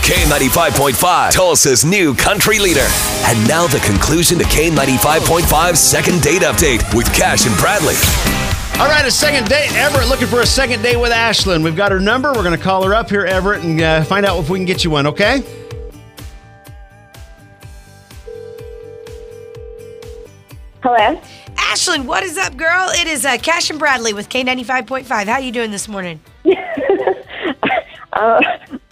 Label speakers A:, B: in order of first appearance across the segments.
A: K95.5, Tulsa's new country leader. And now the conclusion to K95.5's second date update with Cash and Bradley.
B: All right, a second date. Everett looking for a second date with Ashlyn. We've got her number. We're going to call her up here, Everett, and uh, find out if we can get you one, okay?
C: Hello.
D: Ashlyn, what is up, girl? It is uh, Cash and Bradley with K95.5. How you doing this morning?
C: Uh,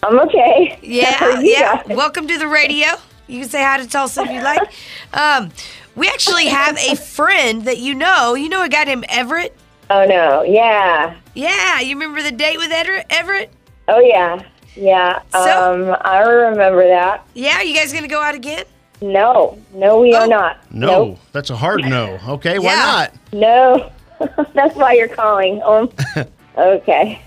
C: I'm okay. How
D: Yeah,
C: are you
D: yeah.
C: guys?
D: Welcome to the radio. You can say hi to Tulsa if you like. Um, we actually have a friend that you know. You know a guy named Everett?
C: Oh no. Yeah.
D: Yeah, you remember the date with Eder- Everett?
C: Oh yeah. Yeah.
D: So-
C: um, I remember that.
D: Yeah, you guys gonna go out again?
C: No. No, we
D: Oh.
C: are not.
B: No,
C: Nope.
B: that's a hard no. Okay, why
D: Yeah.
B: not?
C: No. That's why you're calling. Um. okay.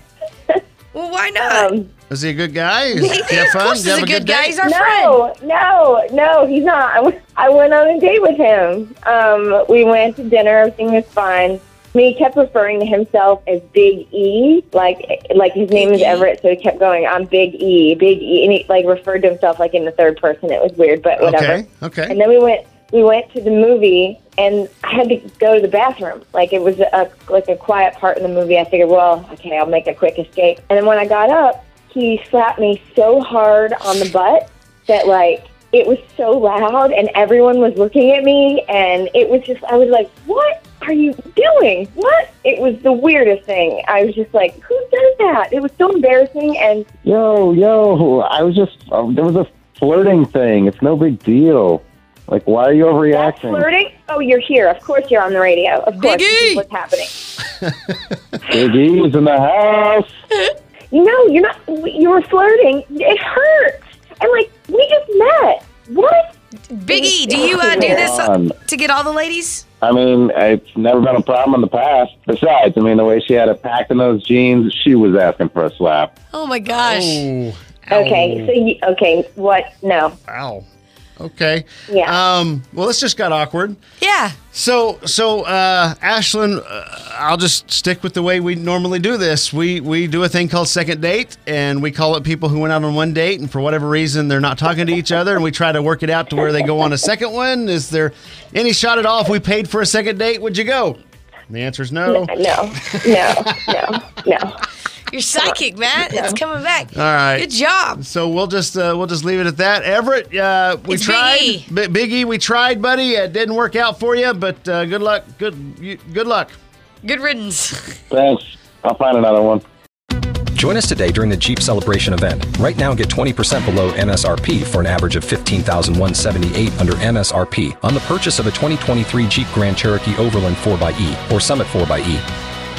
D: Well, why not?
C: Um.
B: Is he a good guy? Is
D: He-
B: did you have
D: of
B: fun?
D: course,
B: Did you
D: he's
B: have
D: a good guy.
B: date?
D: He's our friend.
C: No. No. No. He's not. I, w- I went on a date with him. Um. We went to dinner. Everything was fine. I mean, He kept referring to himself as Big E, like like his name
D: Big
C: is
D: E.
C: Everett, so he kept going, "I'm Big E, Big E," and he like referred to himself like in the third person. It was weird, but whatever.
B: Okay, okay.
C: And then we went we went to the movie, and I had to go to the bathroom. Like it was a like a quiet part in the movie. I figured, well, okay, I'll make a quick escape. And then when I got up, he slapped me so hard on the butt that like it was so loud, and everyone was looking at me, and it was just I was like, what are you doing? What? It was the weirdest thing. I was just like, who does that? It was so embarrassing, and
E: Yo, yo, I was just, uh, there was a flirting thing. It's no big deal. Like, why are you
C: That's
E: overreacting?
C: flirting? Oh, you're here. Of course you're on the radio. Of course.
D: Big
C: this is
D: E.
C: What's happening?
E: Big E's in the house.
C: No, you're not. You were flirting. It hurts. And, like, we just met. What?
D: Biggie, do you uh, do this
E: Um,
D: to get all the ladies?
E: I mean, it's never been a problem in the past. Besides, I mean, the way she had it packed in those jeans, she was asking for a slap.
D: Oh my gosh.
B: Oh,
C: Okay. So, you, okay. What? No.
B: Wow. Okay.
C: Yeah.
B: Um, well, this just got awkward.
D: Yeah.
B: So, so uh, Ashlyn, uh, I'll just stick with the way we normally do this. We we do a thing called second date, and we call it people who went out on one date, and for whatever reason they're not talking to each other, and we try to work it out to where they go on a second one. Is there any shot at all? If we paid for a second date, would you go? And the answer is no.
C: No. No. No. No.
D: You're psychic, man. It's coming back.
B: All right.
D: Good job.
B: So we'll just uh, we'll just leave it at that. Everett, uh, we
D: It's Big
B: tried,
D: E.
B: Bi- Big E, we tried, buddy. It didn't work out for you, but uh, good luck. Good you- good luck.
D: Good riddance.
E: Thanks. I'll find another one.
F: Join us today during the Jeep Celebration event. Right now, get 20% below MSRP for an average of 15178 under MSRP on the purchase of a 2023 Jeep Grand Cherokee Overland 4xE or Summit 4xE.